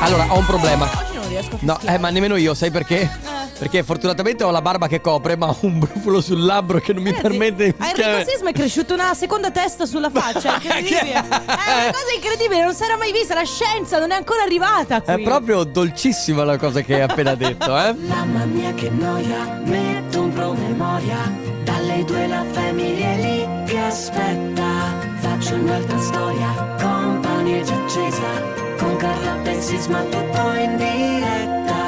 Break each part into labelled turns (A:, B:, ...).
A: Allora, ho un problema.
B: Oggi non riesco a
A: No,
B: fischiare.
A: eh, ma nemmeno io, sai perché?
B: Eh.
A: Perché fortunatamente ho la barba che copre, ma ho un brufolo sul labbro che non mi
B: Ragazzi,
A: permette di
B: a
A: fischiare. Ah,
B: Enrico Sisma è cresciuta una seconda testa sulla faccia, è incredibile. Eh,
A: Che-
B: è una cosa incredibile, non si era mai vista, la scienza non è ancora arrivata qui.
A: È proprio dolcissima la cosa che hai appena detto, eh?
C: Mamma mia che noia, metto un promemoria. Dalle due la famiglia è lì che aspetta. Faccio un'altra storia, compagnia già accesa. Con Carla e Sisma tutto in diretta.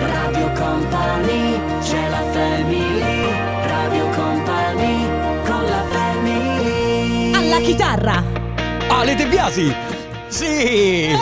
C: Radio Company, c'è la family. Radio Company, con la family.
B: Alla chitarra.
A: Ah, le De Biasi! Sì!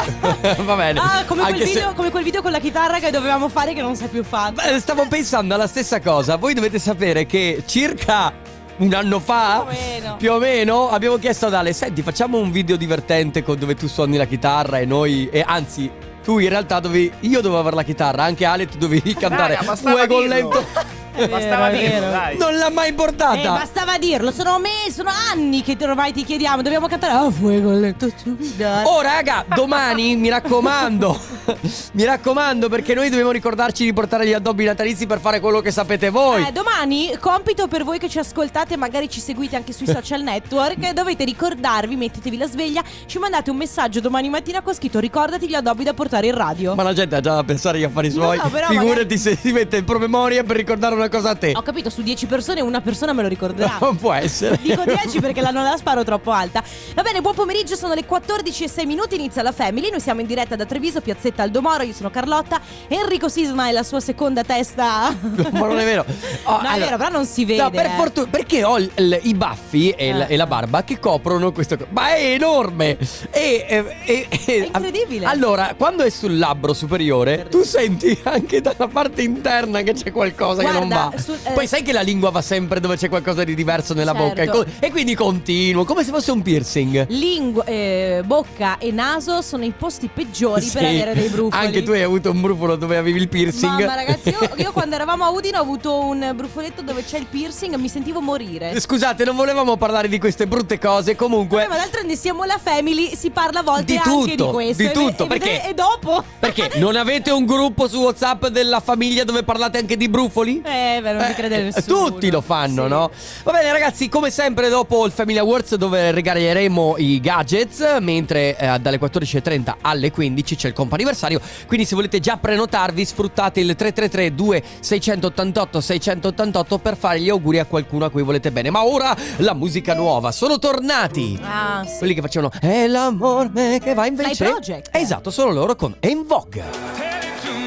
A: Va bene.
B: Ah, come quel,
A: Anche se-
B: video, come quel video con la chitarra che dovevamo fare che non si è più fatto.
A: Beh, eh, Stavo pensando alla stessa cosa. Voi dovete sapere che circa un anno fa,
B: Più o meno.
A: più o meno, abbiamo chiesto ad Ale: Senti, facciamo un video divertente con dove tu suoni la chitarra e noi. E anzi, tu in realtà dovevi. Io dovevo avere la chitarra, anche Ale, tu dovevi cantare.
D: Raga, bastava
A: Uego
D: dirlo.
A: lento.
B: È
D: Bastava
B: vero, Eh, è
D: dirlo,
B: vero.
D: dai.
A: Non l'ha mai portata.
B: Eh, bastava dirlo, sono me, sono anni che ormai ti chiediamo, dobbiamo cantare Ah, fuego lento subito.
A: Oh raga, domani mi raccomando, mi raccomando perché noi dobbiamo ricordarci di portare gli addobbi natalizi per fare quello che sapete voi.
B: Eh, domani compito per voi che ci ascoltate, magari ci seguite anche sui social network, dovete ricordarvi, mettetevi la sveglia, ci mandate un messaggio domani mattina con scritto ricordati gli addobbi da portare in radio.
A: Ma la gente ha già da pensare agli affari
B: Lo
A: suoi.
B: so, però
A: Figurati
B: magari-
A: se si mette il promemoria per ricordare una cosa a te.
B: Ho capito, su 10 persone una persona me lo ricorderà.
A: Non può essere.
B: Dico 10 perché la non la sparo troppo alta. Va bene, buon pomeriggio, sono le 14 e 6 minuti, inizia la Family. Noi siamo in diretta da Treviso, Piazzetta Aldomoro, io sono Carlotta, Enrico Sisma e la sua seconda testa.
A: Ma non è vero. Oh,
B: No, è vero, però non si vede,
A: No, per
B: eh.
A: fortuna. Perché ho il- il- i baffi e, il-
B: Eh.
A: e la barba che coprono questo. co- Ma è enorme! E, e- e- e-
B: incredibile.
A: Allora, quando è sul labbro superiore, tu senti anche dalla parte interna che c'è qualcosa che non
B: Guarda,
A: va.
B: sul- eh,
A: Poi sai che la lingua va sempre dove c'è qualcosa di diverso nella bocca. E, co-
B: Certo.
A: e quindi continuo, come se fosse un piercing.
B: Lingua, eh, bocca e naso sono i posti peggiori per
A: Sì.
B: avere dei brufoli.
A: Anche tu hai avuto un brufolo dove avevi il piercing.
B: Mamma ragazzi, io, io quando eravamo a Udine ho avuto un brufoletto dove c'è il piercing e mi sentivo morire.
A: Scusate, non volevamo parlare di queste brutte cose. Comunque,
B: Vabbè, ma d'altronde siamo la family, si parla a volte
A: Di
B: anche
A: tutto,
B: di questo.
A: di
B: E-
A: tutto,
B: e,
A: perché-
B: E dopo?
A: Perché non avete un gruppo su WhatsApp della famiglia dove parlate anche di brufoli?
B: Eh, beh, non
A: Eh,
B: ti crede nessuno.
A: Tutti lo fanno,
B: Sì.
A: no? Va bene, ragazzi, come sempre, dopo il Family Awards, dove regaleremo i gadgets, mentre eh, dalle 14.30 alle 15 c'è il comp'anniversario. Quindi, se volete già prenotarvi, sfruttate il 333-2688-688 per fare gli auguri a qualcuno a cui volete bene. Ma ora la musica nuova, sono tornati!
B: Ah, sì.
A: Quelli che facevano È l'amore che va invece
B: Fly Project.
A: Esatto, sono loro con En Vogue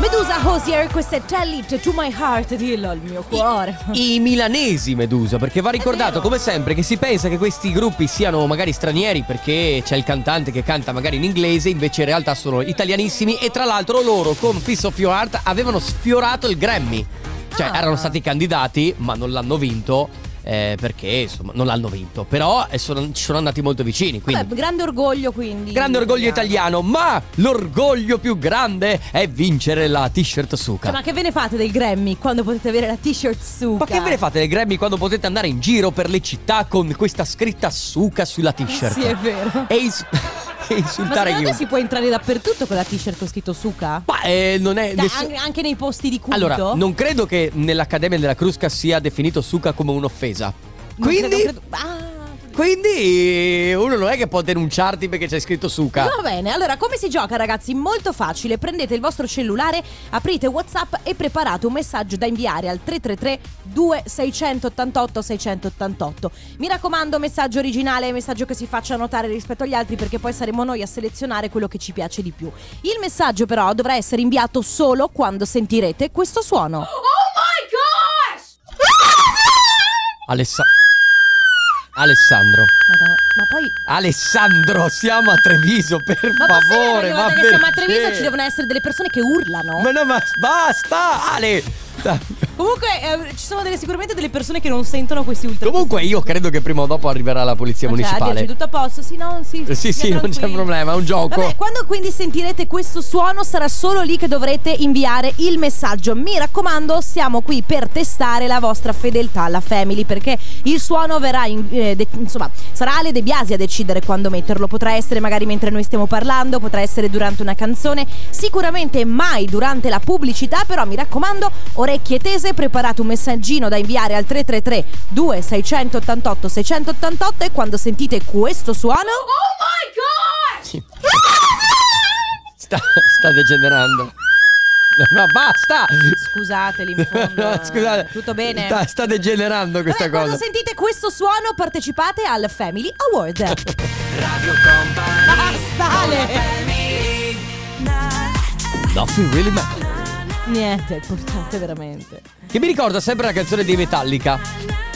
B: Medusa Hosier, questo è Tell It to My Heart, dillo al mio cuore.
A: I milanesi Medusa Perché va ricordato
B: vero.
A: come sempre Che si pensa che questi gruppi siano magari stranieri Perché c'è il cantante che canta magari in inglese Invece in realtà sono italianissimi E tra l'altro loro con Piece of Your Heart Avevano sfiorato il Grammy Cioè
B: Ah.
A: erano stati candidati Ma non l'hanno vinto eh, perché insomma non l'hanno vinto Però eh, sono- ci sono andati molto vicini Quindi
B: Vabbè, grande orgoglio quindi.
A: Grande orgoglio italiano, ma l'orgoglio più grande è vincere la t-shirt Suka.
B: Cioè, ma che ve ne fate del Grammy quando potete avere la t-shirt su?
A: Ma che ve ne fate le Grammy quando potete andare in giro per le città con questa scritta Suka sulla t-shirt?
B: Sì, è vero.
A: E, ins- e
B: Ma
A: insultare
B: secondo te
A: chiunque.
B: si può entrare dappertutto con la t-shirt con scritto Suka?
A: Ma eh, non è...
B: Cioè,
A: nessun-
B: an- anche nei posti di culto?
A: Allora, non credo che nell'Accademia della Crusca sia definito Suka come un'offesa.
B: Non
A: Quindi...
B: credo- credo- Ah,
A: Quindi uno non è che può denunciarti perché c'è scritto Suka.
B: Va bene, allora come si gioca ragazzi? Molto facile, prendete il vostro cellulare, aprite Whatsapp e preparate un messaggio da inviare al 333 2688 688. Mi raccomando, messaggio originale, messaggio che si faccia notare rispetto agli altri perché poi saremo noi a selezionare quello che ci piace di più. Il messaggio però dovrà essere inviato solo quando sentirete questo suono.
A: Alessa- Alessandro.
B: Madonna, ma poi
A: Alessandro, siamo a Treviso, per
B: ma posso dire,
A: favore.
B: ogni
A: ma
B: volta che siamo a
A: perché?
B: Treviso ci devono essere delle persone che urlano.
A: Ma no, ma basta, Ale. Dai.
B: Comunque, eh, ci sono delle- sicuramente delle persone che non sentono questi ultra.
A: Comunque io credo che prima o dopo arriverà la polizia
B: Cioè,
A: municipale.
B: addio, c'è tutto a posto? Sì, no, sì.
A: Eh, sì,
B: via
A: sì, non c'è
B: tranquilli.
A: problema, è un gioco.
B: Vabbè, quando quindi sentirete questo suono sarà solo lì che dovrete inviare il messaggio. Mi raccomando, siamo qui per testare la vostra fedeltà alla family perché il suono verrà in- eh, de- insomma, sarà Ale De Biasi a decidere quando metterlo. Potrà essere magari mentre noi stiamo parlando, potrà essere durante una canzone, sicuramente mai durante la pubblicità, però mi raccomando, orecchie tese, preparate un messaggino da inviare al 333 2688 688 e quando sentite questo suono
A: Sì. Sta, sta degenerando. No, basta!
B: Scusate in fondo. eh.
A: No, scusate.
B: Tutto bene?
A: Sta, sta degenerando questa
B: Vabbè, Quando
A: cosa.
B: sentite questo suono partecipate al Family Award. Basta, Ale.
A: Nothing really matters.
B: Niente, portate veramente.
A: Che mi ricorda sempre la canzone dei Metallica.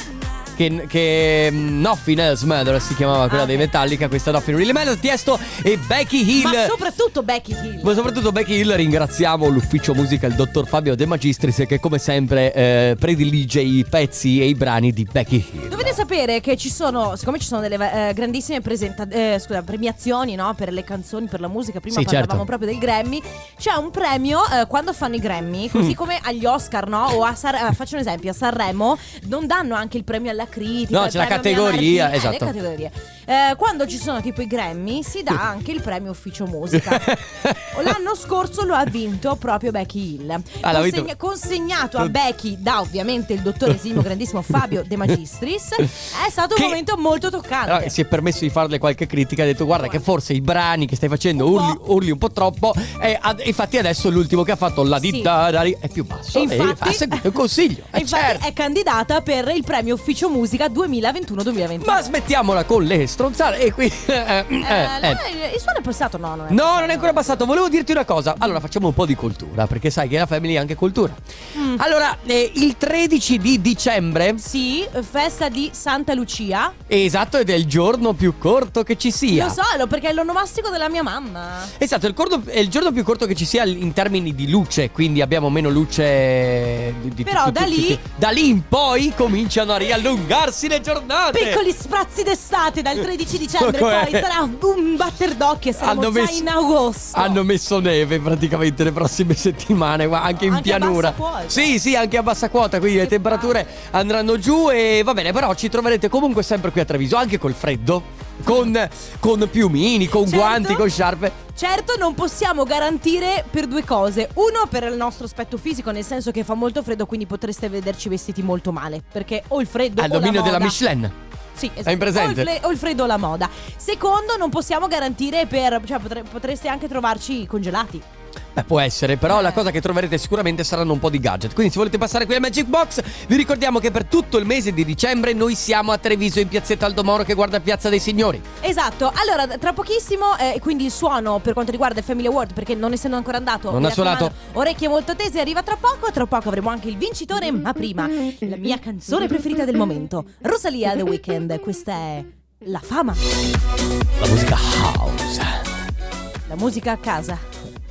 A: Che, che mm, Nothing Else Matters si chiamava quella
B: Ah,
A: dei
B: ok.
A: Metallica, questa Nothing Really Matters, Tiesto e Becky Hill.
B: Ma soprattutto Becky Hill.
A: Ma soprattutto Becky Hill ringraziamo l'ufficio musica, il dottor Fabio De Magistris che come sempre eh, predilige i pezzi e i brani di Becky Hill.
B: Dovete sapere che ci sono, siccome ci sono delle eh, grandissime presenta- eh, scusa, premiazioni no, per le canzoni, per la musica, prima
A: Sì,
B: parlavamo
A: certo.
B: proprio del Grammy, c'è un premio eh, quando fanno i Grammy, così
A: Mm.
B: come agli Oscar, no? O a San- eh, faccio un esempio, a Sanremo non danno anche il premio alla critica.
A: No,
B: il
A: c'è la
B: premio alla
A: categoria,
B: Martina, le
A: esatto.
B: categorie. Eh, quando ci sono tipo i Grammy si dà
A: Mm.
B: anche il premio ufficio musica. L'anno scorso lo ha vinto proprio Becky Hill.
A: Ah, l'ha vinto-
B: consegnato a Becky da ovviamente il dottore Simo grandissimo Fabio De Magistris. È stato
A: Che- Ah,
B: un momento molto toccante.
A: Allora, si è permesso di farle qualche critica, ha detto guarda che forse i brani che stai facendo
B: Un
A: urli,
B: po'.
A: urli un po' troppo e ad- infatti adesso l'ultimo che ha fatto la
B: Sì.
A: ditta dari- è più basso
B: E
A: ha seguito il consiglio.
B: e
A: eh,
B: infatti
A: certo.
B: è candidata per il premio Ufficio Musica 2021-2022.
A: Ma smettiamola con le stronzate e qui... eh, eh,
B: Eh,
A: eh, eh.
B: no, il- Il suono è passato? No, non è
A: No, non è ancora passato. Volevo dirti una cosa. Allora, facciamo un po' di cultura, perché sai che la family è anche cultura.
B: Mm.
A: Allora, eh, il 13 di dicembre,
B: Sì, festa di Santa Lucia.
A: esatto, ed è il giorno più corto che ci sia.
B: Lo so, lo- perché è l'onomastico della mia mamma.
A: Esatto, il cordo- è il giorno più corto che ci sia in termini di luce, quindi abbiamo meno luce. Di, di-
B: Però da lì-
A: da lì in poi cominciano a riallungarsi le giornate.
B: Piccoli sprazzi d'estate dal 13 dicembre,
A: Ok.
B: poi sarà un batter d'occhio e saremo
A: Hanno
B: già
A: messo-
B: in agosto.
A: Hanno messo neve praticamente le prossime settimane, ma anche in
B: Anche a
A: pianura.
B: bassa quota.
A: sì, sì, anche a bassa quota, quindi le
B: Che
A: temperature andranno giù e va bene, però ci troverete comunque sempre qui a Treviso, anche col freddo, con, con piumini, con
B: Certo.
A: guanti, con sciarpe.
B: Certo non possiamo garantire per due cose. Uno per il nostro aspetto fisico, nel senso che fa molto freddo, quindi potreste vederci vestiti molto male, perché o il freddo
A: Al
B: o la
A: dominio della
B: moda.
A: Michelin.
B: Sì, esatto.
A: Hai in presente?
B: O il, fre- o il freddo o la moda. Secondo, non possiamo garantire per cioè potre- potreste anche trovarci congelati.
A: Beh, può essere, però
B: Eh.
A: la cosa che troverete sicuramente saranno un po' di gadget. Quindi, se volete passare qui al Magic Box, vi ricordiamo che per tutto il mese di dicembre noi siamo a Treviso in piazzetta Aldo Moro che guarda Piazza dei Signori.
B: Esatto. Allora, tra pochissimo eh, quindi il suono per quanto riguarda il Family Award perché non essendo ancora andato
A: Non
B: mi
A: ha suonato.
B: raccomando, Orecchie molto tese arriva tra poco, tra poco avremo anche il vincitore, ma prima la mia canzone preferita del momento, Rosalia The Weeknd. Questa è La fama,
A: La musica house.
B: la musica a casa.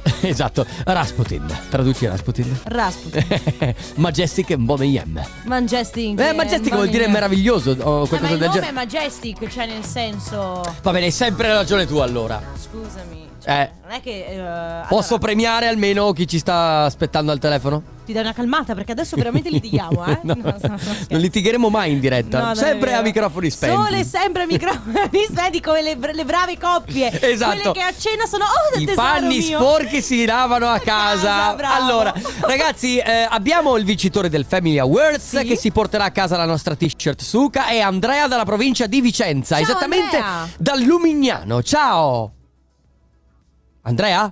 A: Esatto, Rasputin. Traduci Rasputin.
B: Rasputin,
A: Majestic and Bonnie M.
B: Majestic.
A: Eh, Majestic vuol dire meraviglioso o
B: Eh, ma
A: qualcosa del
B: il nome è
A: genere.
B: Majestic, cioè nel senso
A: Va bene, hai sempre ragione tu allora.
B: Scusami.
A: Eh.
B: Cioè, Non è che. eh,
A: Posso
B: allora,
A: premiare almeno chi ci sta aspettando al telefono?
B: ti dai una calmata perché adesso veramente litighiamo, eh?
A: No,
B: No, no, no, scherzo.
A: non litigheremo mai in diretta.
B: No, no,
A: sempre
B: no, no.
A: a microfoni spenti.
B: Sole sempre a microfoni spenti come le, br- le brave coppie.
A: Esatto.
B: Quelle che a cena sono oh del
A: I
B: tesoro
A: panni
B: mio.
A: sporchi si lavano a casa.
B: casa, bravo.
A: allora, ragazzi, eh, abbiamo il vincitore del Family Awards
B: Sì.
A: che si porterà a casa la nostra t-shirt Suka e Andrea dalla provincia di Vicenza,
B: Ciao,
A: esattamente
B: Andrea.
A: da Lumignano. Ciao. Andrea?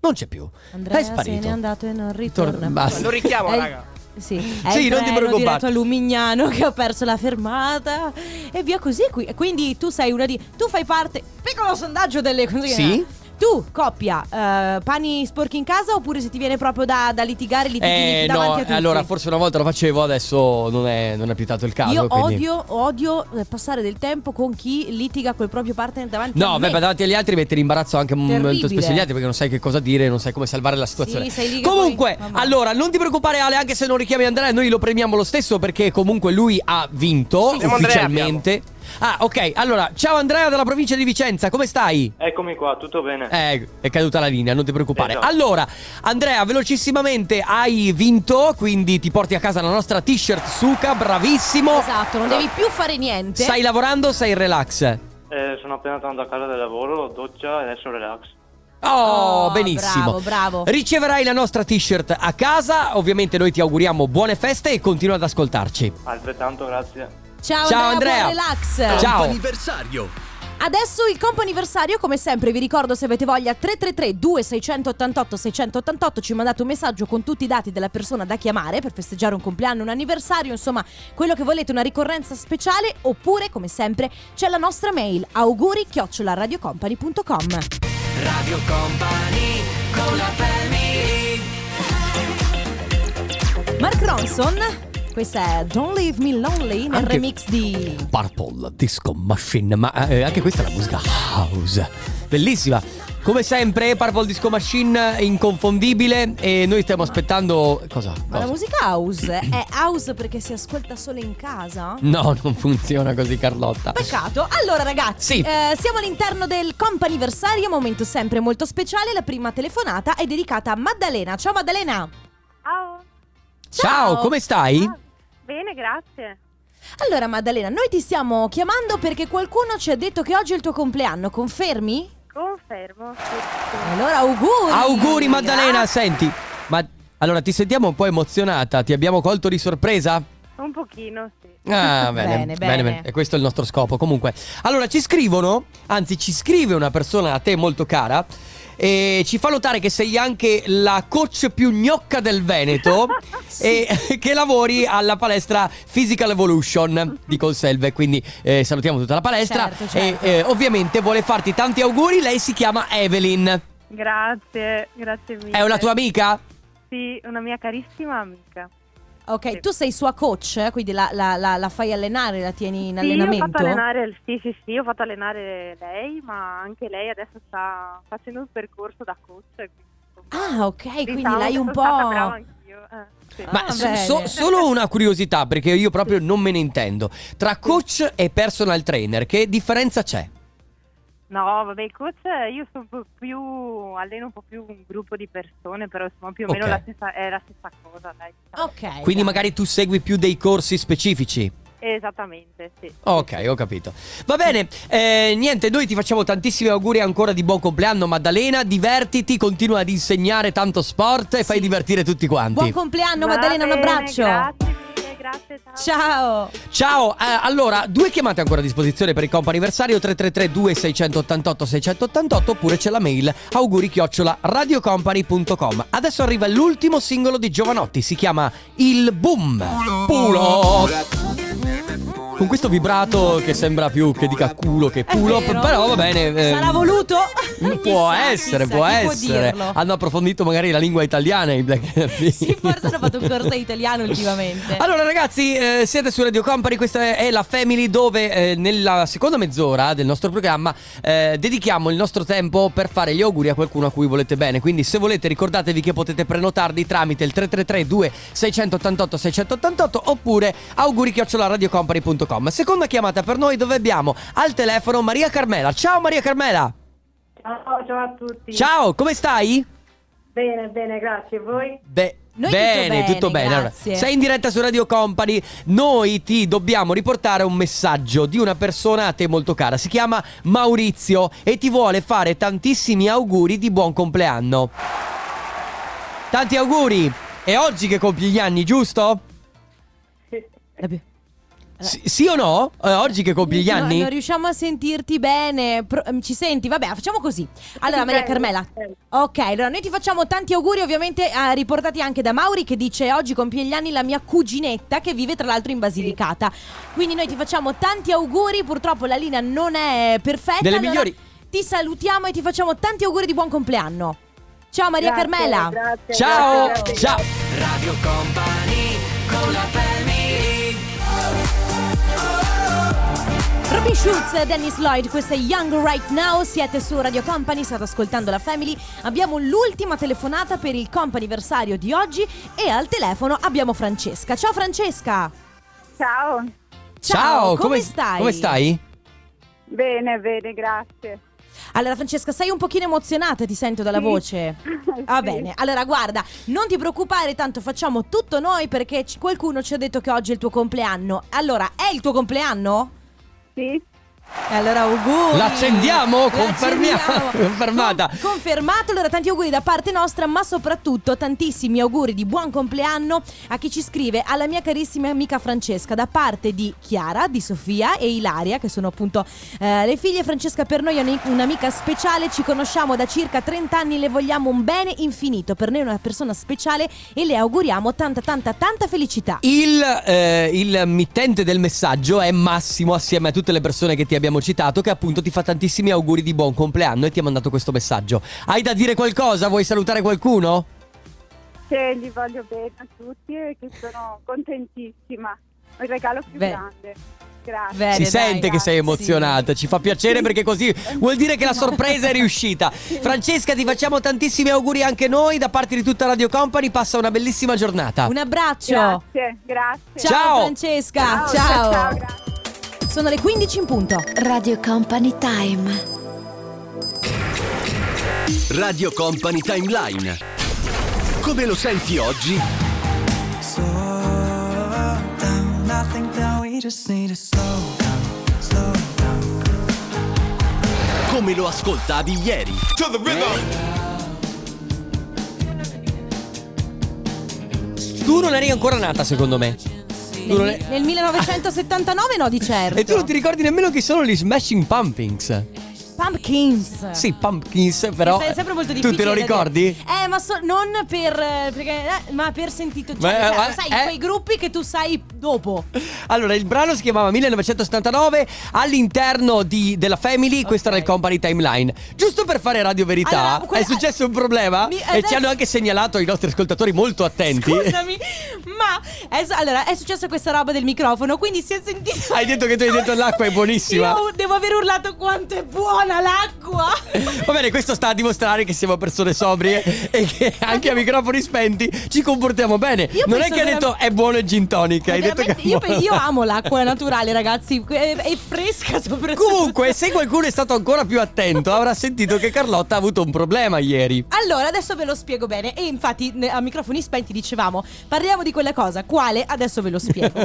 A: Non c'è più.
B: Andrea
A: È
B: se n'è
A: sparito.
B: andato e non ritorna.
A: Torna- basta.
D: Lo richiamo,
B: È-
D: raga.
B: Sì, è
A: Sì,
B: il
A: non ti
B: treno
A: preoccupare.
B: diretto a Lumignano che ho perso la fermata e via così qui. Quindi tu sei una di tu fai parte piccolo sondaggio delle cose che-
A: Sì.
B: Tu, coppia, eh, pani sporchi in casa oppure se ti viene proprio da, da litigare, litighi
A: Eh
B: davanti
A: no,
B: a tutti?
A: allora forse una volta lo facevo, adesso non è, non è più tanto il caso.
B: Io
A: quindi-
B: odio, odio eh, passare del tempo con chi litiga col proprio partner davanti a
A: No,
B: me.
A: beh, ma davanti agli altri mette in imbarazzo anche un
B: Terribile.
A: molto spesso gli altri perché non sai che cosa dire, non sai come salvare la situazione.
B: sei lì che
A: comunque,
B: poi- mamma.
A: allora, non ti preoccupare Ale, anche se non richiami Andrea, noi lo premiamo lo stesso perché comunque lui ha vinto
D: Sì, sì.
A: ufficialmente. Ah, ok. Allora, ciao Andrea dalla provincia di Vicenza, come stai?
D: Eccomi qua, tutto bene.
A: Eh, è caduta la linea, non ti preoccupare.
D: Esatto.
A: Allora, Andrea, velocissimamente hai vinto, quindi ti porti a casa la nostra t-shirt Suka, bravissimo.
B: Esatto, non devi più fare niente.
A: Stai lavorando, sei in relax.
D: Eh, sono appena tornato a casa dal lavoro, doccia e adesso relax.
A: Oh,
B: Oh,
A: benissimo.
B: bravo, bravo.
A: Riceverai la nostra t-shirt a casa. Ovviamente noi ti auguriamo buone feste e continua ad ascoltarci.
D: Altrettanto, grazie.
B: Ciao,
A: Ciao, Andrea.
B: Andrea, buon relax.
A: Ciao.
E: Anniversario.
B: Adesso il compo anniversario, come sempre, vi ricordo se avete voglia 333 2688 688 ci mandate un messaggio con tutti i dati della persona da chiamare per festeggiare un compleanno, un anniversario, insomma, quello che volete, una ricorrenza speciale oppure, come sempre, c'è la nostra mail auguri radiocompany.com.
C: Radio Company con la family
B: Mark Ronson, questa è Don't Leave Me Lonely nel
A: Anche-
B: remix di
A: Purple Disco Machine, ma eh, anche questa è la musica house. Bellissima. Come sempre, Purple Disco Machine è inconfondibile e noi stiamo aspettando cosa?
B: Ma
A: Cosa?
B: la musica house è house perché si ascolta solo in casa?
A: No, non funziona così Carlotta.
B: Peccato. Allora, ragazzi,
A: Sì.
B: eh, siamo all'interno del comp'anniversario, momento sempre molto speciale. La prima telefonata è dedicata a Maddalena. Ciao Maddalena!
F: Ciao.
A: Ciao, come stai?
F: Ah, Bene, grazie.
B: Allora, Maddalena, noi ti stiamo chiamando perché qualcuno ci ha detto che oggi è il tuo compleanno, confermi?
F: Confermo. sì, sì.
B: Allora, auguri!
A: Auguri Maddalena,
B: Grazie.
A: senti. Ma allora ti sentiamo un po' emozionata, ti abbiamo colto di sorpresa?
F: Un pochino, sì.
A: Ah, bene, bene,
B: Bene,
A: bene,
B: bene.
A: E questo è il nostro scopo. Comunque, allora ci scrivono, anzi ci scrive una persona a te molto cara e ci fa notare che sei anche la coach più gnocca del Veneto e che lavori alla palestra Physical Evolution di Colselve, quindi eh, salutiamo tutta la palestra
B: Certo, certo.
A: e eh, ovviamente vuole farti tanti auguri, lei si chiama Evelyn.
F: Grazie, grazie mille.
A: È una tua amica?
F: Sì, una mia carissima amica.
B: Ok,
F: Sì.
B: tu sei sua coach, eh? quindi la, la- la- la fai allenare, la tieni in
F: sì,
B: allenamento?
F: Ho fatto allenare, sì, sì, sì, ho fatto allenare lei, ma anche lei adesso sta facendo un percorso da coach. quindi, insomma,
B: Ah, ok, quindi
F: diciamo
B: l'hai
F: che
B: un
F: sono stata
B: po'-
F: brava anch'io. eh, sì.
A: Ma
B: Ah,
A: so-
B: bene.
A: so- solo una curiosità, perché io proprio non me ne intendo. Tra coach e personal trainer, che differenza c'è?
F: No, vabbè, il coach eh, io sono un po' più alleno un po' più un gruppo di persone, però insomma più o meno
A: Ok.
F: la stessa, è la stessa cosa, dai. diciamo.
B: Ok.
A: Quindi
B: Eh, dai.
A: magari tu segui più dei corsi specifici.
F: Esattamente, sì.
A: Ok, ho capito. Va bene, eh, niente, noi ti facciamo tantissimi auguri ancora di buon compleanno, Maddalena. Divertiti, continua ad insegnare tanto sport e fai divertire tutti
B: Buon
A: quanti.
B: compleanno
F: Va
B: Maddalena, un
F: bene,
B: abbraccio!
F: Grazie mille, grazie,
B: Ciao!
F: ciao.
A: Ciao, eh, allora, due chiamate ancora a disposizione per il compo anniversario 333 2688 688 oppure c'è la mail auguri chiocciola radiocompany.com. Adesso arriva l'ultimo singolo di Giovanotti, si chiama Il Boom. Pulo. Con questo vibrato che sembra più che dica culo che
B: È
A: pulo,
B: vero.
A: però va bene. eh, Mm,
B: Sarà voluto?
A: Può
B: Chissà,
A: essere,
B: chissà,
A: può
B: chi può
A: essere. Ah,
B: dirlo?
A: Hanno approfondito magari la lingua italiana i Black Eyed Peas.
B: Sì, forse hanno fatto un corso di italiano ultimamente.
A: Allora ragazzi, eh, siete su Radio Company, questa è la Family dove eh, nella seconda mezz'ora del nostro programma eh, dedichiamo il nostro tempo per fare gli auguri a qualcuno a cui volete bene. Quindi se volete ricordatevi che potete prenotarli tramite il 333 2688 688 oppure auguri radiocompany.com. Seconda chiamata per noi dove abbiamo al telefono Maria Carmela. Ciao Maria Carmela!
G: Ciao, ciao a tutti.
A: Ciao, come stai?
G: Bene, bene, grazie. Voi?
A: Beh,
B: Noi tutto
A: bene,
B: bene,
A: tutto bene. Allora,
B: grazie.
A: sei in diretta su Radio Company. Noi ti dobbiamo riportare un messaggio di una persona a te molto cara. Si chiama Maurizio e ti vuole fare tantissimi auguri di buon compleanno. Tanti auguri! È oggi che compi gli anni, giusto? Sì, sì o no? È oggi che compi gli
B: No, Eh,
A: anni?
B: non riusciamo a sentirti bene. Pro- ehm, ci senti? Vabbè, facciamo così. Allora, Maria Carmela. Ok, allora noi ti facciamo tanti auguri, ovviamente eh, riportati anche da Mauri che dice oggi compie gli anni la mia cuginetta che vive tra l'altro in Basilicata. Quindi noi ti facciamo tanti auguri, purtroppo la linea non è perfetta.
A: Delle
B: allora-
A: migliori.
B: Ti salutiamo e ti facciamo tanti auguri di buon compleanno. Ciao Maria
G: Grazie,
B: Carmela.
G: grazie,
A: Ciao,
G: grazie, grazie.
A: ciao.
C: Radio Company con la family
B: Robin Schulz e Dennis Lloyd, questo è Young Right Now, siete su Radio Company, state ascoltando la Family. Abbiamo l'ultima telefonata per il comp'anniversario di oggi e al telefono abbiamo Francesca. Ciao Francesca!
G: Ciao.
B: come, stai?
A: Come stai?
G: Bene, bene, grazie.
B: Allora Francesca, sei un pochino emozionata, ti sento dalla
G: Sì.
B: voce. Va
G: Sì.
B: bene, allora guarda, non ti preoccupare, tanto facciamo tutto noi perché c- qualcuno ci ha detto che oggi è il tuo compleanno. Allora, è il tuo compleanno?
G: Sì.
B: E Allora auguri.
A: L'accendiamo? Confermiamo.
B: L'accendiamo.
A: Confermata.
B: Con- confermato. Allora tanti auguri da parte nostra, ma soprattutto tantissimi auguri di buon compleanno a chi ci scrive, alla mia carissima amica Francesca da parte di Chiara, di Sofia e Ilaria che sono appunto eh, le figlie Francesca per noi è un- un'amica speciale, ci conosciamo da circa 30 anni, le vogliamo un bene infinito, per noi è una persona speciale e le auguriamo tanta tanta tanta felicità.
A: Il, eh, il mittente del messaggio è Massimo assieme a tutte le persone che ti abbiamo citato che appunto ti fa tantissimi auguri di buon compleanno e ti ha mandato questo messaggio. Hai da dire qualcosa? Vuoi salutare qualcuno?
G: Che gli voglio bene a tutti e che sono contentissima. Il regalo più
B: Beh.
G: grande. Grazie.
B: Bene,
A: si
B: dai,
A: sente che sei
B: grazie.
A: emozionata, ci fa piacere perché così vuol dire che la
G: No.
A: sorpresa è riuscita. Francesca, ti facciamo tantissimi auguri anche noi da parte di tutta Radio Company, passa una bellissima giornata.
B: Un abbraccio.
G: Grazie, grazie.
B: Ciao,
A: Ciao.
B: Francesca, ciao.
G: ciao, grazie.
B: Sono le 15 in punto.
E: Radio Company Time.
H: Radio Company Timeline. Come lo senti oggi?
I: Slow down, I think that we just need to slow down, slow down.
H: Come lo ascoltavi ieri?
A: Tu non eri ancora nata, secondo me. Tu non
B: Nel,
A: è-
B: nel 1979 no, di certo.
A: E tu non ti ricordi nemmeno chi sono gli Smashing Pumpkins?
B: Pumpkins.
A: Sì, Pumpkins, però. eh,
B: È sempre molto
A: Tu
B: difficile.
A: te lo
B: da dire.
A: ricordi?
B: Eh, ma so- non per. eh, perché- eh, ma per sentito. Cioè,
A: Ma-
B: nel senso,
A: ma-
B: sai,
A: eh.
B: quei gruppi che tu sai dopo.
A: Allora, il brano si chiamava 1979 all'interno di- della Family, questo era il Company Timeline. Giusto per fare radio verità,
B: Allora, que-
A: è successo un problema
B: Mi-
A: e ci
B: adesso-
A: hanno anche segnalato i nostri ascoltatori molto attenti.
B: Scusami, ma. è- allora, è successa questa roba del microfono, quindi si è sentito.
A: Hai detto che tu hai detto l'acqua è buonissima.
B: Io devo aver urlato quanto è buona l'acqua.
A: Va bene, questo sta a dimostrare che siamo persone sobrie e che anche a microfoni spenti ci comportiamo bene.
B: Io
A: non è
B: penso
A: che hai
B: vera-
A: detto è buono e gin tonic, hai detto che è
B: Veramente, io,
A: buono.
B: pe- io amo l'acqua naturale, ragazzi. È, è fresca soprattutto.
A: Comunque, se qualcuno è stato ancora più attento, avrà sentito che Carlotta ha avuto un problema ieri.
B: Allora, adesso ve lo spiego bene. E infatti, ne- a microfoni spenti dicevamo, parliamo di quella cosa. Quale? Adesso ve lo spiego.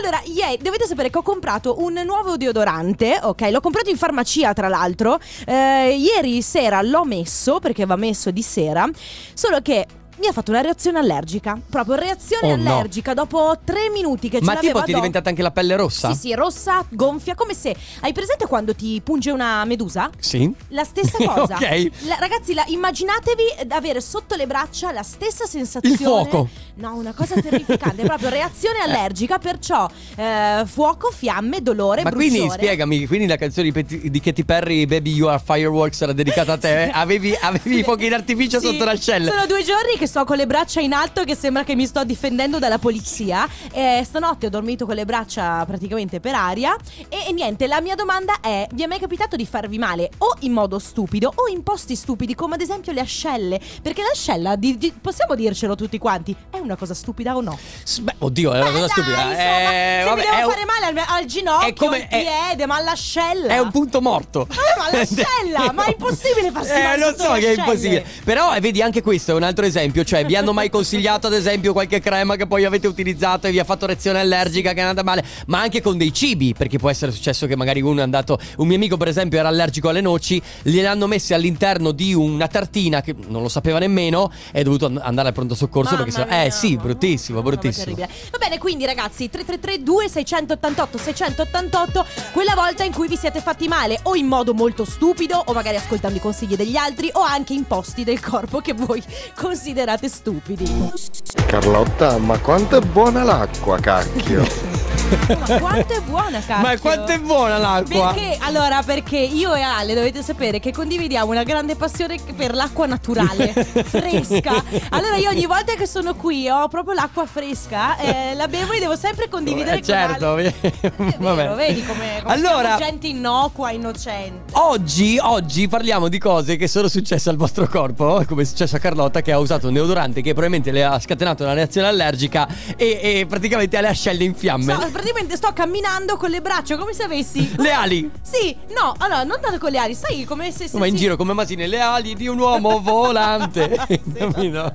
B: allora, ieri dovete sapere che ho comprato un nuovo deodorante. Ok, l'ho comprato in farmacia, tra l'altro. Eh, ieri sera l'ho messo perché va messo di sera. Solo che. Mi ha fatto una reazione allergica. Proprio reazione
A: Oh, no.
B: allergica dopo tre minuti che ce
A: Ma
B: l'avevo
A: tipo ti è
B: addosso.
A: diventata anche la pelle rossa?
B: Sì, sì, rossa, gonfia, come se. Hai presente quando ti punge una medusa?
A: Sì.
B: La stessa cosa.
A: Ok.
B: La- ragazzi, la- immaginatevi di avere sotto le braccia la stessa sensazione.
A: Il fuoco.
B: No, una cosa terrificante, proprio reazione allergica, perciò eh, fuoco, fiamme, dolore,
A: Ma
B: bruciore.
A: quindi spiegami, quindi la canzone di, Pet- di Katy Perry, Baby You Are Fireworks, era dedicata a te? eh. Avevi, avevi i fuochi in artificio
B: Sì.
A: sotto l'ascella?
B: Sono due giorni che sto con le braccia in alto che sembra che mi sto difendendo dalla polizia. Eh, stanotte ho dormito con le braccia praticamente per aria. E, e niente, la mia domanda è: vi è mai capitato di farvi male o in modo stupido o in posti stupidi, come ad esempio le ascelle? Perché l'ascella, di- di- possiamo dircelo tutti quanti, è una cosa stupida o no?
A: S- Beh, oddio, è una
B: Beh,
A: cosa
B: dai,
A: stupida.
B: insomma,
A: Eh,
B: se
A: vabbè,
B: mi devo
A: è un-
B: fare male al, al ginocchio,
A: è come-
B: al
A: è-
B: piede, ma all'ascella.
A: È un punto morto.
B: Ma l'ascella, ma è impossibile farsi
A: Eh,
B: male
A: lo
B: sotto
A: so
B: le
A: che è
B: ascelle.
A: impossibile. Però, eh, vedi, anche questo è un altro esempio. Cioè, vi hanno mai consigliato, ad esempio, qualche crema che poi avete utilizzato e vi ha fatto reazione allergica che è andata male? Ma anche con dei cibi, perché può essere successo che magari uno è andato. Un mio amico, per esempio, era allergico alle noci, gliel'hanno messe all'interno di una tartina che non lo sapeva nemmeno e è dovuto and- andare al pronto soccorso
B: Mamma
A: perché sennò-
B: mia,
A: Eh, sì,
B: mamma
A: bruttissimo,
B: mia, mamma
A: bruttissimo.
B: terribile. Va bene, quindi ragazzi, 333 688 688 quella volta in cui vi siete fatti male o in modo molto stupido o magari ascoltando i consigli degli altri o anche in posti del corpo che voi considerate stupidi.
J: Carlotta, ma quanto è buona l'acqua, cacchio!
B: Oh, ma quanto è buona, cacchio.
A: Ma quanto è buona l'acqua!
B: Perché? Allora, perché io e Ale dovete sapere che condividiamo una grande passione per l'acqua naturale, fresca. Allora io ogni volta che sono qui ho proprio l'acqua fresca, eh, la bevo e devo sempre condividere
A: Eh, certo,
B: con Ale. È vero,
A: vabbè.
B: vedi come, come
A: Allora-
B: siamo gente innocua, innocente.
A: Oggi, oggi parliamo di cose che sono successe al vostro corpo, come è successo a Carlotta che ha usato un deodorante che probabilmente le ha scatenato una reazione allergica e, e praticamente le ascelle in fiamme.
B: Sto- praticamente sto camminando con le braccia come se avessi
A: Le ali!
B: Sì, no, allora non tanto con le ali, sai come se, se
A: Ma in
B: si-
A: giro come masine le ali di un uomo volante.
B: Sì.
A: Capito?
B: Va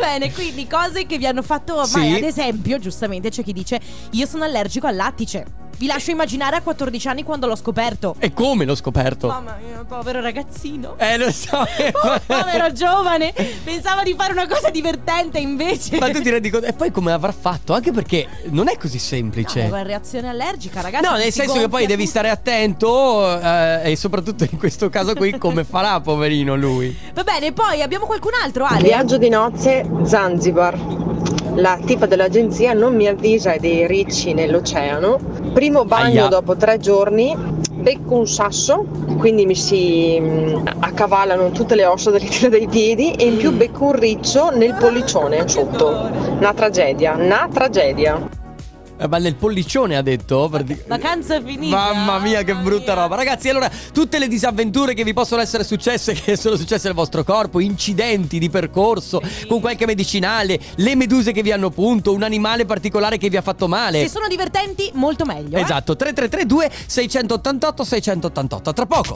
B: bene, quindi cose che vi hanno fatto male.
A: Sì.
B: Ad esempio, giustamente c'è chi dice: Io sono allergico al lattice. Vi lascio immaginare a 14 anni quando l'ho scoperto.
A: E come l'ho scoperto?
B: Mamma mia, povero ragazzino.
A: Eh, lo so.
B: Oh, povero giovane. Pensava di fare una cosa divertente, invece.
A: Ma tu ti rendi conto? E poi come avrà fatto? Anche perché non è così
B: No,
A: semplice.
B: ma reazione allergica, ragazzi.
A: No,
B: si
A: nel senso che poi
B: gonfia
A: devi
B: tutto.
A: stare attento eh, e soprattutto in questo caso qui come farà poverino lui.
B: Va bene, poi abbiamo qualcun altro, Ale.
J: Viaggio di nozze Zanzibar. La tipa dell'agenzia non mi avvisa dei ricci nell'oceano. Oh, Primo bagno
A: Aia.
J: dopo tre giorni, becco un sasso, quindi mi si mm, accavallano tutte le ossa delle dita dei piedi e in più becco un riccio nel pollicione sotto. Una tragedia, una tragedia.
A: Eh, Ma nel pollicione ha detto. per di-
B: Vacanza finita.
A: Mamma mia, che
B: Mamma
A: brutta
B: mia.
A: roba. Ragazzi, allora, tutte le disavventure che vi possono essere successe, che sono successe al vostro corpo, incidenti di percorso, con qualche medicinale, le meduse che vi hanno punto, un animale particolare che vi ha fatto male.
B: Se sono divertenti, molto meglio. eh.
A: Esatto, 3332 688 688. Tra poco.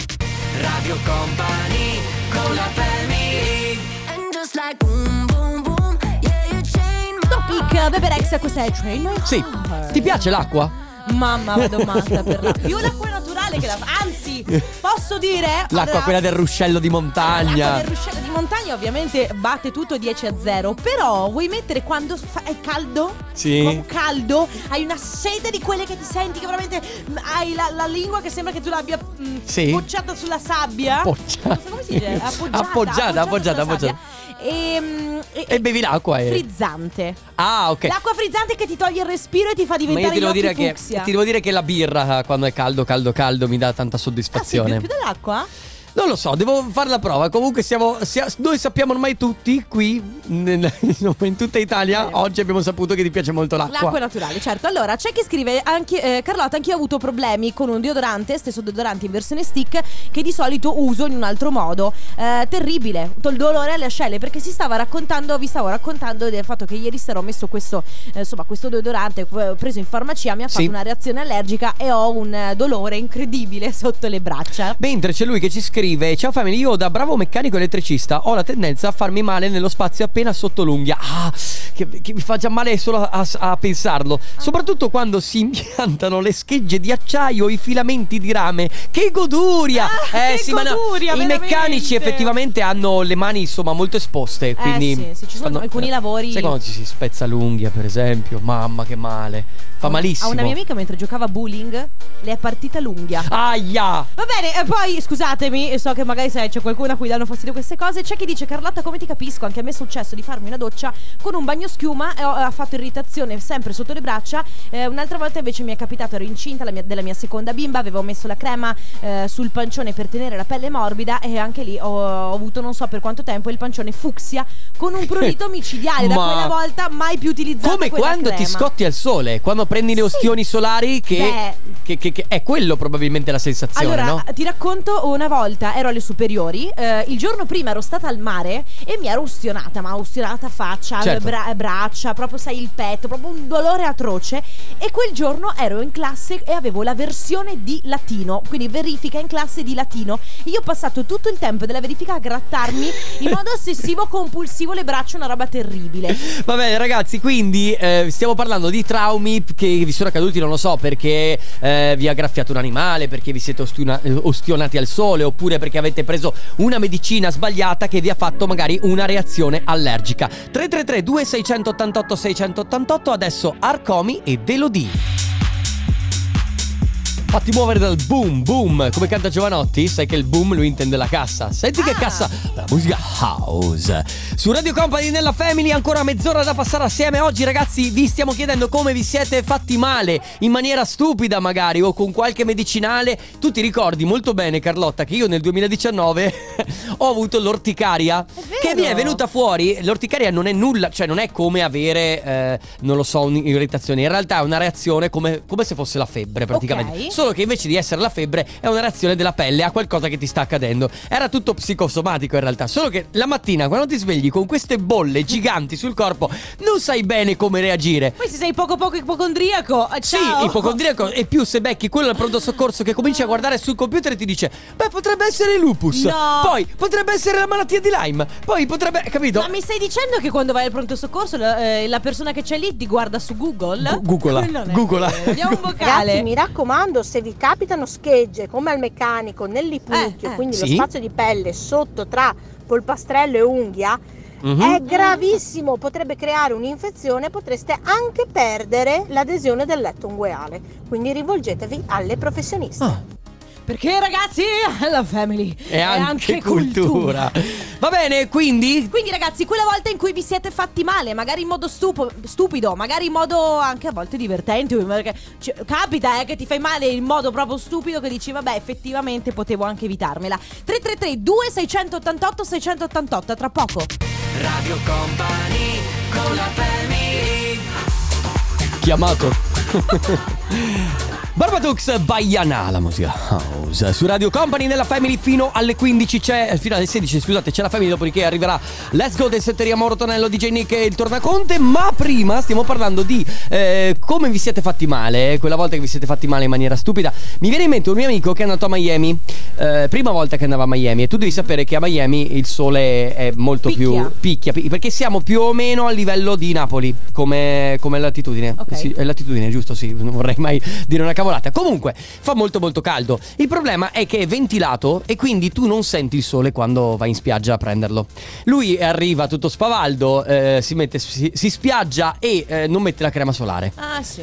B: Topic The Berex, questa è Train My
A: Sì.
B: Heart.
A: Ti piace l'acqua?
B: eh. Mamma, vado matta per l'acqua. Più l'acqua naturale che la. Anzi, posso dire.
A: L'acqua
B: allora,
A: quella del ruscello di
B: L'acqua
A: montagna.
B: del ruscello di montagna ovviamente batte tutto 10 a 0 Però vuoi mettere quando fa- è caldo?
A: Sì.
B: Proprio caldo Hai una sete di quelle che ti senti che veramente mm, Hai la, la lingua che sembra che tu l'abbia mm,
A: Sì.
B: appoggiata sulla sabbia
A: Appoggiata.
B: Non so come si dice
A: Appoggiata,
B: Appoggiata
A: appoggiata,
B: sulla sabbia.
A: appoggiata.
B: E, mm, e-
A: E bevi l'acqua e-
B: Frizzante
A: Ah, ok.
B: L'acqua frizzante che ti toglie il respiro e ti fa
A: Ma io
B: diventare
A: ti devo,
B: gli
A: dire
B: occhi
A: che,
B: fucsia.
A: ti devo dire che la birra eh, quando è caldo, caldo, caldo mi dà tanta
B: Ah sì, più,
A: soddisfazione.
B: più dell'acqua?
A: Non lo so, devo fare la prova. Comunque siamo, sia- noi sappiamo ormai tutti qui, nel- in tutta Italia, oggi abbiamo saputo che ti piace molto l'acqua.
B: L'acqua naturale, certo. Allora, c'è chi scrive, anche, eh, Carlotta, anch'io ho avuto problemi con un deodorante, stesso deodorante in versione stick, che di solito uso in un altro modo. Eh, terribile, ho il dolore alle ascelle, perché si stava raccontando, vi stavo raccontando del fatto che ieri sera ho messo questo, eh, insomma, questo deodorante eh, preso in farmacia, mi ha fatto
A: Sì.
B: una reazione allergica e ho un eh, dolore incredibile sotto le braccia.
A: Mentre c'è lui che ci scrive: Ciao famiglia, io da bravo meccanico elettricista ho la tendenza a farmi male nello spazio appena sotto l'unghia. Ah, che, che mi fa già male solo a, a pensarlo. Soprattutto quando si impiantano le schegge di acciaio o i filamenti di rame. Che goduria! Eh,
B: Ah, che goduria,
A: I
B: veramente.
A: meccanici effettivamente hanno le mani insomma molto esposte. quindi
B: Eh, sì, sì, ci sono alcuni lavori-
A: Sai quando ci si spezza l'unghia, per esempio? Mamma, che male. Fa malissimo.
B: A una mia amica mentre giocava a bowling le è partita l'unghia.
A: Aia!
B: Va bene, e poi scusatemi, so che magari sai, c'è qualcuno a cui danno fastidio queste cose. C'è chi dice: Carlotta, come ti capisco? Anche a me è successo di farmi una doccia con un bagno schiuma e ho, ha fatto irritazione sempre sotto le braccia. Eh, un'altra volta invece mi è capitato, ero incinta la mia- della mia seconda bimba, avevo messo la crema eh, sul pancione per tenere la pelle morbida e anche lì ho, ho avuto non so per quanto tempo il pancione fucsia con un prurito micidiale. Da
A: Ma-
B: quella volta mai più utilizzato.
A: Come
B: quella
A: quando ti
B: crema.
A: scotti al sole, quando prendi le
B: Sì.
A: ostioni solari, che,
B: Beh.
A: che- che- che è quello probabilmente la sensazione,
B: Allora,
A: no?
B: ti racconto una volta ero alle superiori, eh, il giorno prima ero stata al mare e mi ero ustionata, ma ustionata faccia,
A: Certo.
B: bra- braccia, proprio sai il petto, proprio un dolore atroce e quel giorno ero in classe e avevo la versione di latino, quindi verifica in classe di latino. Io ho passato tutto il tempo della verifica a grattarmi in modo ossessivo compulsivo le braccia, una roba terribile.
A: Va bene, ragazzi, quindi eh, stiamo parlando di traumi che vi sono accaduti, non lo so, perché eh, vi ha graffiato un animale, perché vi siete ostiona- eh, ostionati al sole, oppure perché avete preso una medicina sbagliata che vi ha fatto magari una reazione allergica. 333 2688 688 adesso Arcomi e Delodì. Fatti muovere dal boom, boom. Come canta Giovanotti, sai che il boom lui intende la cassa. Senti che cassa. La musica house. Su Radio Company nella Family, ancora mezz'ora da passare assieme. Oggi, ragazzi, vi stiamo chiedendo come vi siete fatti male, in maniera stupida magari, o con qualche medicinale. Tu ti ricordi molto bene, Carlotta, che io nel 2019 ho avuto l'orticaria. Che mi è venuta fuori. L'orticaria non è nulla, cioè non è come avere, eh, non lo so, un'irritazione. In realtà è una reazione come, come se fosse la febbre, praticamente.
B: Ok.
A: Solo che invece di essere la febbre è una reazione della pelle a qualcosa che ti sta accadendo. Era tutto psicosomatico in realtà, solo che la mattina quando ti svegli con queste bolle giganti sul corpo non sai bene come reagire.
B: Poi se sei poco poco ipocondriaco, eh, ciao.
A: Sì, ipocondriaco e più se becchi quello al pronto soccorso che comincia a guardare sul computer e ti dice "Beh, potrebbe essere il lupus".
B: No.
A: Poi potrebbe essere la malattia di Lyme. Poi potrebbe, capito?
B: Ma mi stai dicendo che quando vai al pronto soccorso la, eh, la persona che c'è lì ti guarda su Google?
A: Gu- Googola,
B: Non è
A: Googola.
B: vero. Abbiamo un vocale.
G: mi raccomando, se vi capitano schegge come al meccanico nell'ipucchio,
B: Eh, eh.
G: quindi
A: Sì.
G: lo spazio di pelle sotto tra polpastrello e unghia,
A: Mhm.
G: è gravissimo, potrebbe creare un'infezione, potreste anche perdere l'adesione del letto ungueale. Quindi rivolgetevi alle professioniste.
A: Ah.
B: Perché ragazzi, la family
A: E anche, cultura. Va bene, quindi
B: Quindi ragazzi, quella volta in cui vi siete fatti male, magari in modo stupo- stupido, magari in modo anche a volte divertente, perché ci- capita eh, che ti fai male in modo proprio stupido che dici vabbè effettivamente potevo anche evitarmela. 333 2688 688 tra poco.
A: chiamato. Barbatux Baiana, la musica house su Radio Company nella Family fino alle 15 c'è eh, fino alle 16 scusate c'è la Family dopodiché arriverà Let's Go del Setteria Moro Tonello DJ Nick e il Tornaconte ma prima stiamo parlando di eh, come vi siete fatti male eh, quella volta che vi siete fatti male in maniera stupida mi viene in mente un mio amico che è andato a Miami eh, prima volta che andava a Miami e tu devi sapere che a Miami il sole è molto più
B: Picchia.
A: picchia pi- perché siamo più o meno a livello di Napoli come, come latitudine
B: Ok.
A: Sì, è latitudine giusto sì non vorrei mai dire una cavolata comunque fa molto molto caldo il problema è che è ventilato e quindi tu non senti il sole quando vai in spiaggia a prenderlo lui arriva tutto spavaldo eh, si, mette, si, si spiaggia e eh, non mette la crema solare
B: Ah sì.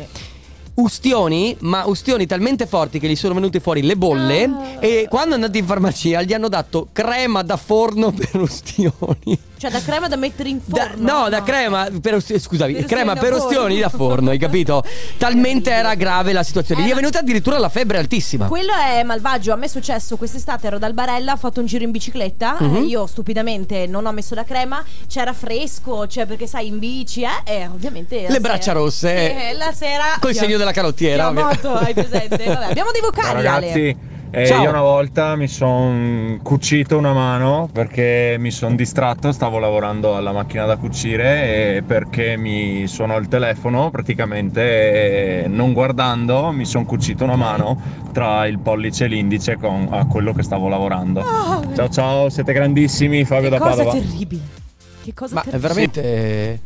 A: ustioni, ma ustioni talmente forti che gli sono venute fuori le bolle.
B: Ah.
A: E quando è andato in farmacia gli hanno dato crema da forno per ustioni.
B: Cioè da crema da mettere in
A: Da-
B: forno.
A: no, da crema per ustioni, scusami,
B: Per
A: crema
B: ustioni da
A: per
B: forno.
A: ustioni da forno, hai capito? Talmente era grave la situazione.
B: Eh,
A: Gli è
B: ma-
A: venuta addirittura la febbre altissima.
B: Quello è malvagio, a me è successo quest'estate, ero dal Barella, ho fatto un giro in bicicletta,
A: Mhm.
B: eh, io stupidamente non ho messo la crema, c'era fresco, cioè perché sai in bici, eh, e ovviamente... la
A: Le braccia rosse.
B: Eh, la sera...
A: Col segno della carottiera,
B: Moto, hai
A: ovviamente.
B: presente? Vabbè, abbiamo dei vocali, Ale.
K: ragazzi, eh,
A: Ciao.
K: io una volta mi sono cucito una mano perché mi sono distratto, stavo lavorando alla macchina da cucire e perché mi suonò il telefono, praticamente eh, non guardando mi sono cucito una mano tra il pollice e l'indice con, a quello che stavo lavorando.
B: Ah,
K: Ciao ciao, siete grandissimi, Fabio
B: che
K: da
B: cosa
K: Padova.
B: terribile. Che cosa
A: Ma è
B: terribile.
A: veramente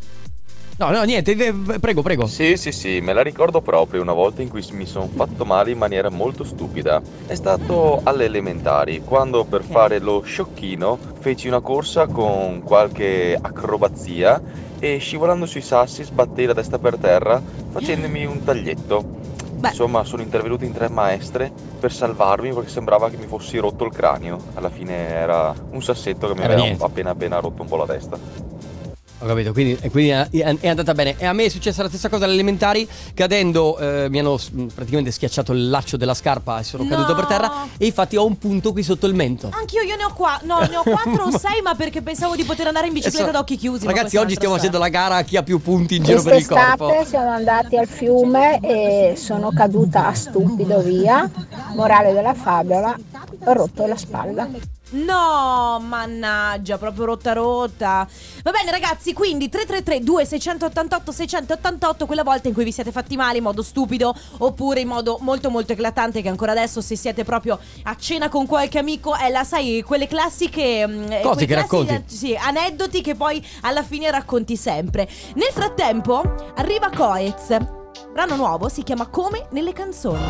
A: No, no, niente, eh, prego, prego.
L: Sì, sì, sì, me la ricordo proprio una volta in cui mi sono fatto male in maniera molto stupida. È stato alle elementari, quando per fare lo sciocchino feci una corsa con qualche acrobazia e scivolando sui sassi sbattei la testa per terra facendomi un taglietto.
A: Eh.
B: Beh.
L: Insomma, sono intervenute in tre maestre per salvarmi perché sembrava che mi fossi rotto il cranio. Alla fine era un sassetto che mi
A: Era
L: aveva
A: niente.
L: appena appena rotto un po' la testa.
A: Ho capito, quindi, e quindi è è andata bene. E a me è successa la stessa cosa alle elementari, cadendo eh, mi hanno s- mh, praticamente schiacciato il laccio della scarpa e sono
B: No. Ah,
A: caduto per terra e infatti ho un punto qui sotto il mento.
B: Anch'io, io ne ho qua, no, ne ho 4 o 6, ma perché pensavo di poter andare in bicicletta
A: Adesso-
B: ad occhi chiusi. ma
A: Ragazzi,
B: questa è
A: oggi stiamo
B: un'altra
A: facendo la gara a chi ha più punti in giro per il corpo.
M: Quest'estate siamo andati al fiume e sono caduta a stupido via. Morale della favola, ho rotto la spalla.
B: No, mannaggia, proprio rotta rotta. Va bene ragazzi, quindi 333 2688 688 quella volta in cui vi siete fatti male in modo stupido oppure in modo molto molto eclatante che ancora adesso se siete proprio a cena con qualche amico è la sai quelle classiche mm, eh,
A: Cose che
B: quei classi-
A: racconti.
B: Sì, aneddoti che poi alla fine racconti sempre. Nel frattempo arriva Coez. Brano nuovo si chiama Come nelle canzoni.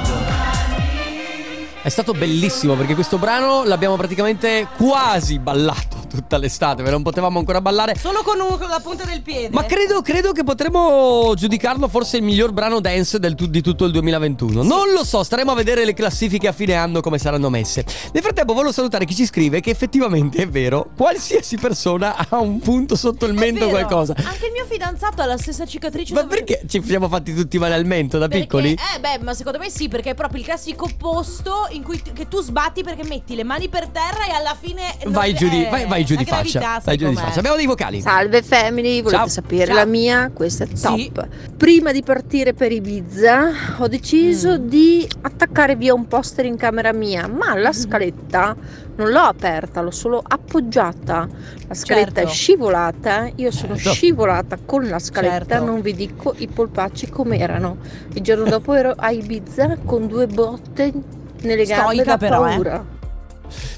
A: È stato bellissimo perché questo brano l'abbiamo praticamente quasi ballato tutta l'estate, ma non potevamo ancora ballare.
B: Solo con, un- con la punta del piede.
A: Ma credo, credo che potremmo giudicarlo forse il miglior brano dance del tu- di tutto il 2021. Non lo so, staremo a vedere le classifiche a fine anno come saranno messe. Nel frattempo volevo salutare chi ci scrive che effettivamente è vero, qualsiasi persona ha un punto sotto il mento o
B: Vero,
A: qualcosa.
B: Anche il mio fidanzato ha la stessa cicatrice.
A: Ma
B: dove-
A: perché ci siamo fatti tutti male al mento da
B: Perché-
A: piccoli?
B: Eh beh, ma secondo me sì, perché è proprio il classico posto in cui t- che tu sbatti perché metti le mani per terra e alla fine non-
A: Vai giù di,
B: eh,
A: vai, vai giù
B: la
A: di
B: gravità,
A: faccia.
B: sai
A: Vai giù di
B: com'è.
A: faccia. Abbiamo dei vocali.
N: Salve family, volete
A: Ciao.
N: sapere
A: Ciao.
N: la mia? Questa è top. Prima di partire per Ibiza ho deciso
B: Mm,
N: di attaccare via un poster in camera mia, ma
B: Mhm.
N: la scaletta non l'ho aperta, l'ho solo appoggiata. La scaletta
O: Certo.
N: è scivolata, io
B: Eh,
N: sono
B: esatto.
O: Certo.
N: scivolata con la scaletta,
O: Certo.
N: non vi dico i polpacci com'erano. Il giorno dopo ero a Ibiza con due botte nelle gambe
B: Stoica
N: da
B: però, eh.
N: paura.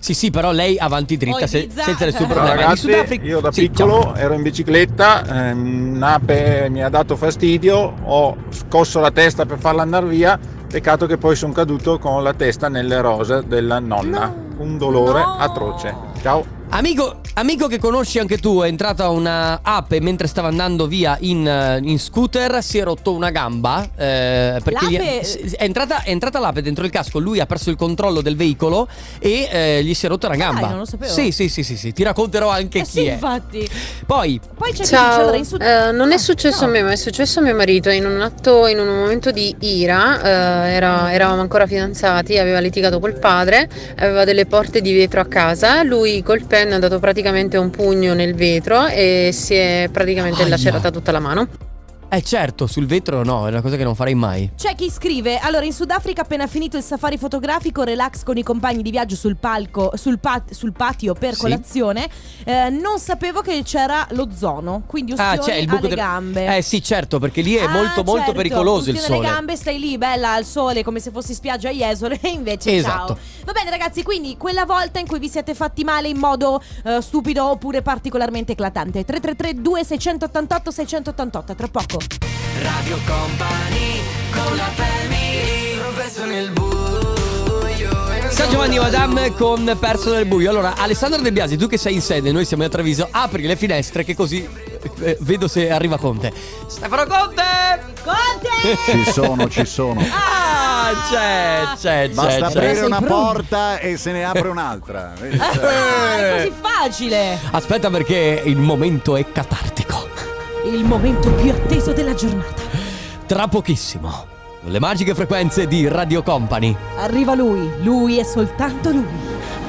A: Sì, sì, però lei avanti dritta,
N: Oh,
A: se-
N: Ibiza.
A: senza nessun
K: Ciao,
A: problema. Di
K: ragazzi,
A: Sudafrica-
K: io da
A: Sì,
K: piccolo
A: ciao.
K: ero in bicicletta, ehm, un'ape mi ha dato fastidio, ho scosso la testa per farla andare via, peccato che poi sono caduto con la testa nelle rose della nonna, un dolore atroce. Ciao.
A: Amico, amico che conosci anche tu, è entrata una ape mentre stava andando via in, eh, in scooter, si è rotto una gamba. eh, perché gli-
B: L'ape-
A: s- s- è, entrata, è entrata l'ape dentro il casco, lui ha perso il controllo del veicolo e eh, gli si è rotta una gamba.
B: Ah, non lo sapevo.
A: Sì, sì, sì, sì, sì, ti racconterò anche
B: Eh
A: chi
B: sì,
A: è.
B: infatti.
A: Poi,
B: Poi c'è chi dice
O: Ciao,
B: Cioè, allora in Ah, sud-
O: eh, non è successo a me, ma è successo a mio marito in un atto, in un momento di ira, eh, era- eravamo ancora fidanzati, aveva litigato col padre, aveva delle porte di vetro a casa, lui col pen ha dato praticamente un pugno nel vetro e si è praticamente
A: Aia.
O: lacerata tutta la mano.
A: eh certo, sul vetro no, è una cosa che non farei mai.
B: C'è chi scrive, allora in Sudafrica appena finito il safari fotografico, relax con i compagni di viaggio sul palco, sul, pat- sul patio per
A: Sì.
B: colazione, eh, non sapevo che c'era l'ozono, quindi
A: Ah,
B: ustioni alle
A: del-
B: gambe. Ah, certo,
A: Eh sì, certo, perché lì è molto molto pericoloso il sole.
B: le gambe, stai lì bella al sole come se fossi spiaggia a Jesole e invece
A: Esatto.
B: ciao. Va bene ragazzi, quindi quella volta in cui vi siete fatti male in modo eh, stupido oppure particolarmente eclatante. 333 2688 688 tra poco.
C: Radio Company con la family. Perso nel buio. e non
A: San Giovanni Madame con Perso nel buio. Allora, Alessandro De Biasi, tu che sei in sede, noi siamo a Treviso, apri le finestre che così eh, vedo se arriva Conte. Stefano Conte!
P: Ci sono, ci sono.
A: Ah, c'è, c'è, c'è.
P: Basta
A: c'è.
P: aprire una porta e se ne apre un'altra. Vedi,
A: Eh.
B: Ah,
P: cioè.
B: è così facile!
A: Aspetta perché il momento è catartico.
B: Il momento più atteso della giornata.
A: Tra pochissimo, le magiche frequenze di Radio Company.
B: Arriva lui, lui e soltanto lui,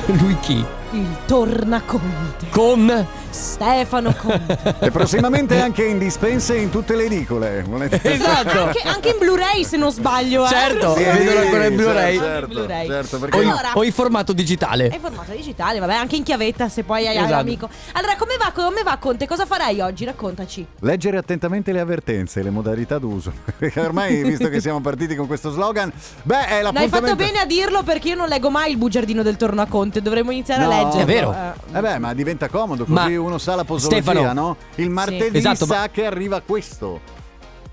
A: Lui chi?
B: il Tornaconte.
A: Con
B: Stefano Conte.
P: E prossimamente anche in dispense in tutte le edicole. Volete-
B: Esatto. Anche, anche in Blu-ray se non sbaglio, eh.
A: Certo,
P: Sì,
A: vedono ancora in
P: Esatto. certo,
A: Blu-ray.
P: certo,
B: Blu-ray.
P: certo, perché
A: O in-
B: Allora-
A: o in formato digitale.
B: È formato digitale, vabbè, anche in chiavetta se poi hai
P: Esatto.
B: l'amico. Allora, come va, come va Conte? Cosa farai oggi? Raccontaci.
P: Leggere attentamente le avvertenze e le modalità d'uso. Perché ormai, visto che siamo partiti con questo slogan, beh, è
B: L'hai
P: l'appuntamento...
B: fatto bene a dirlo perché io non leggo mai il bugiardino del Tornaconte, dovremmo iniziare a
P: No.
B: leggere.
P: Eh beh, ma diventa comodo,
A: Ma-
P: così uno sa la posologia,
A: Stefano.
P: no? Il martedì
A: Sì. Esatto,
P: sa
A: ma-
P: che arriva questo.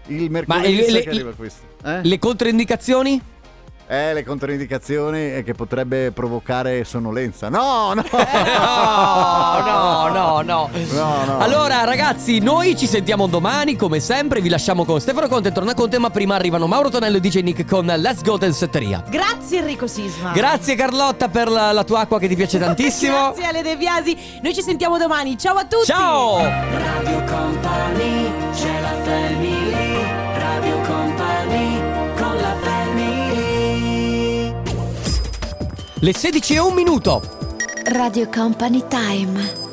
P: Il
A: Ma
P: mercoledì
A: le,
P: sa
A: le-
P: che arriva questo. Eh?
A: le controindicazioni?
P: Eh, le controindicazioni è che potrebbe provocare sonnolenza. No, no!
A: no, no, no.
P: Eh. No, no.
A: Allora, ragazzi, noi ci sentiamo domani, come sempre. Vi lasciamo con Stefano Conte e Torna Conte, ma prima arrivano Mauro Tonello e DJ Nick con Let's Go del Setteria.
P: Ah.
B: Grazie Enrico Sisma.
A: Grazie Carlotta per la, la tua acqua che ti piace tantissimo.
B: Grazie Ale De Biasi. Noi ci sentiamo domani. Ciao a tutti.
A: Ciao!
C: Radio Company, c'è la family. Radio Company con la family.
A: Le 16 e un minuto.
E: Radio Company Time.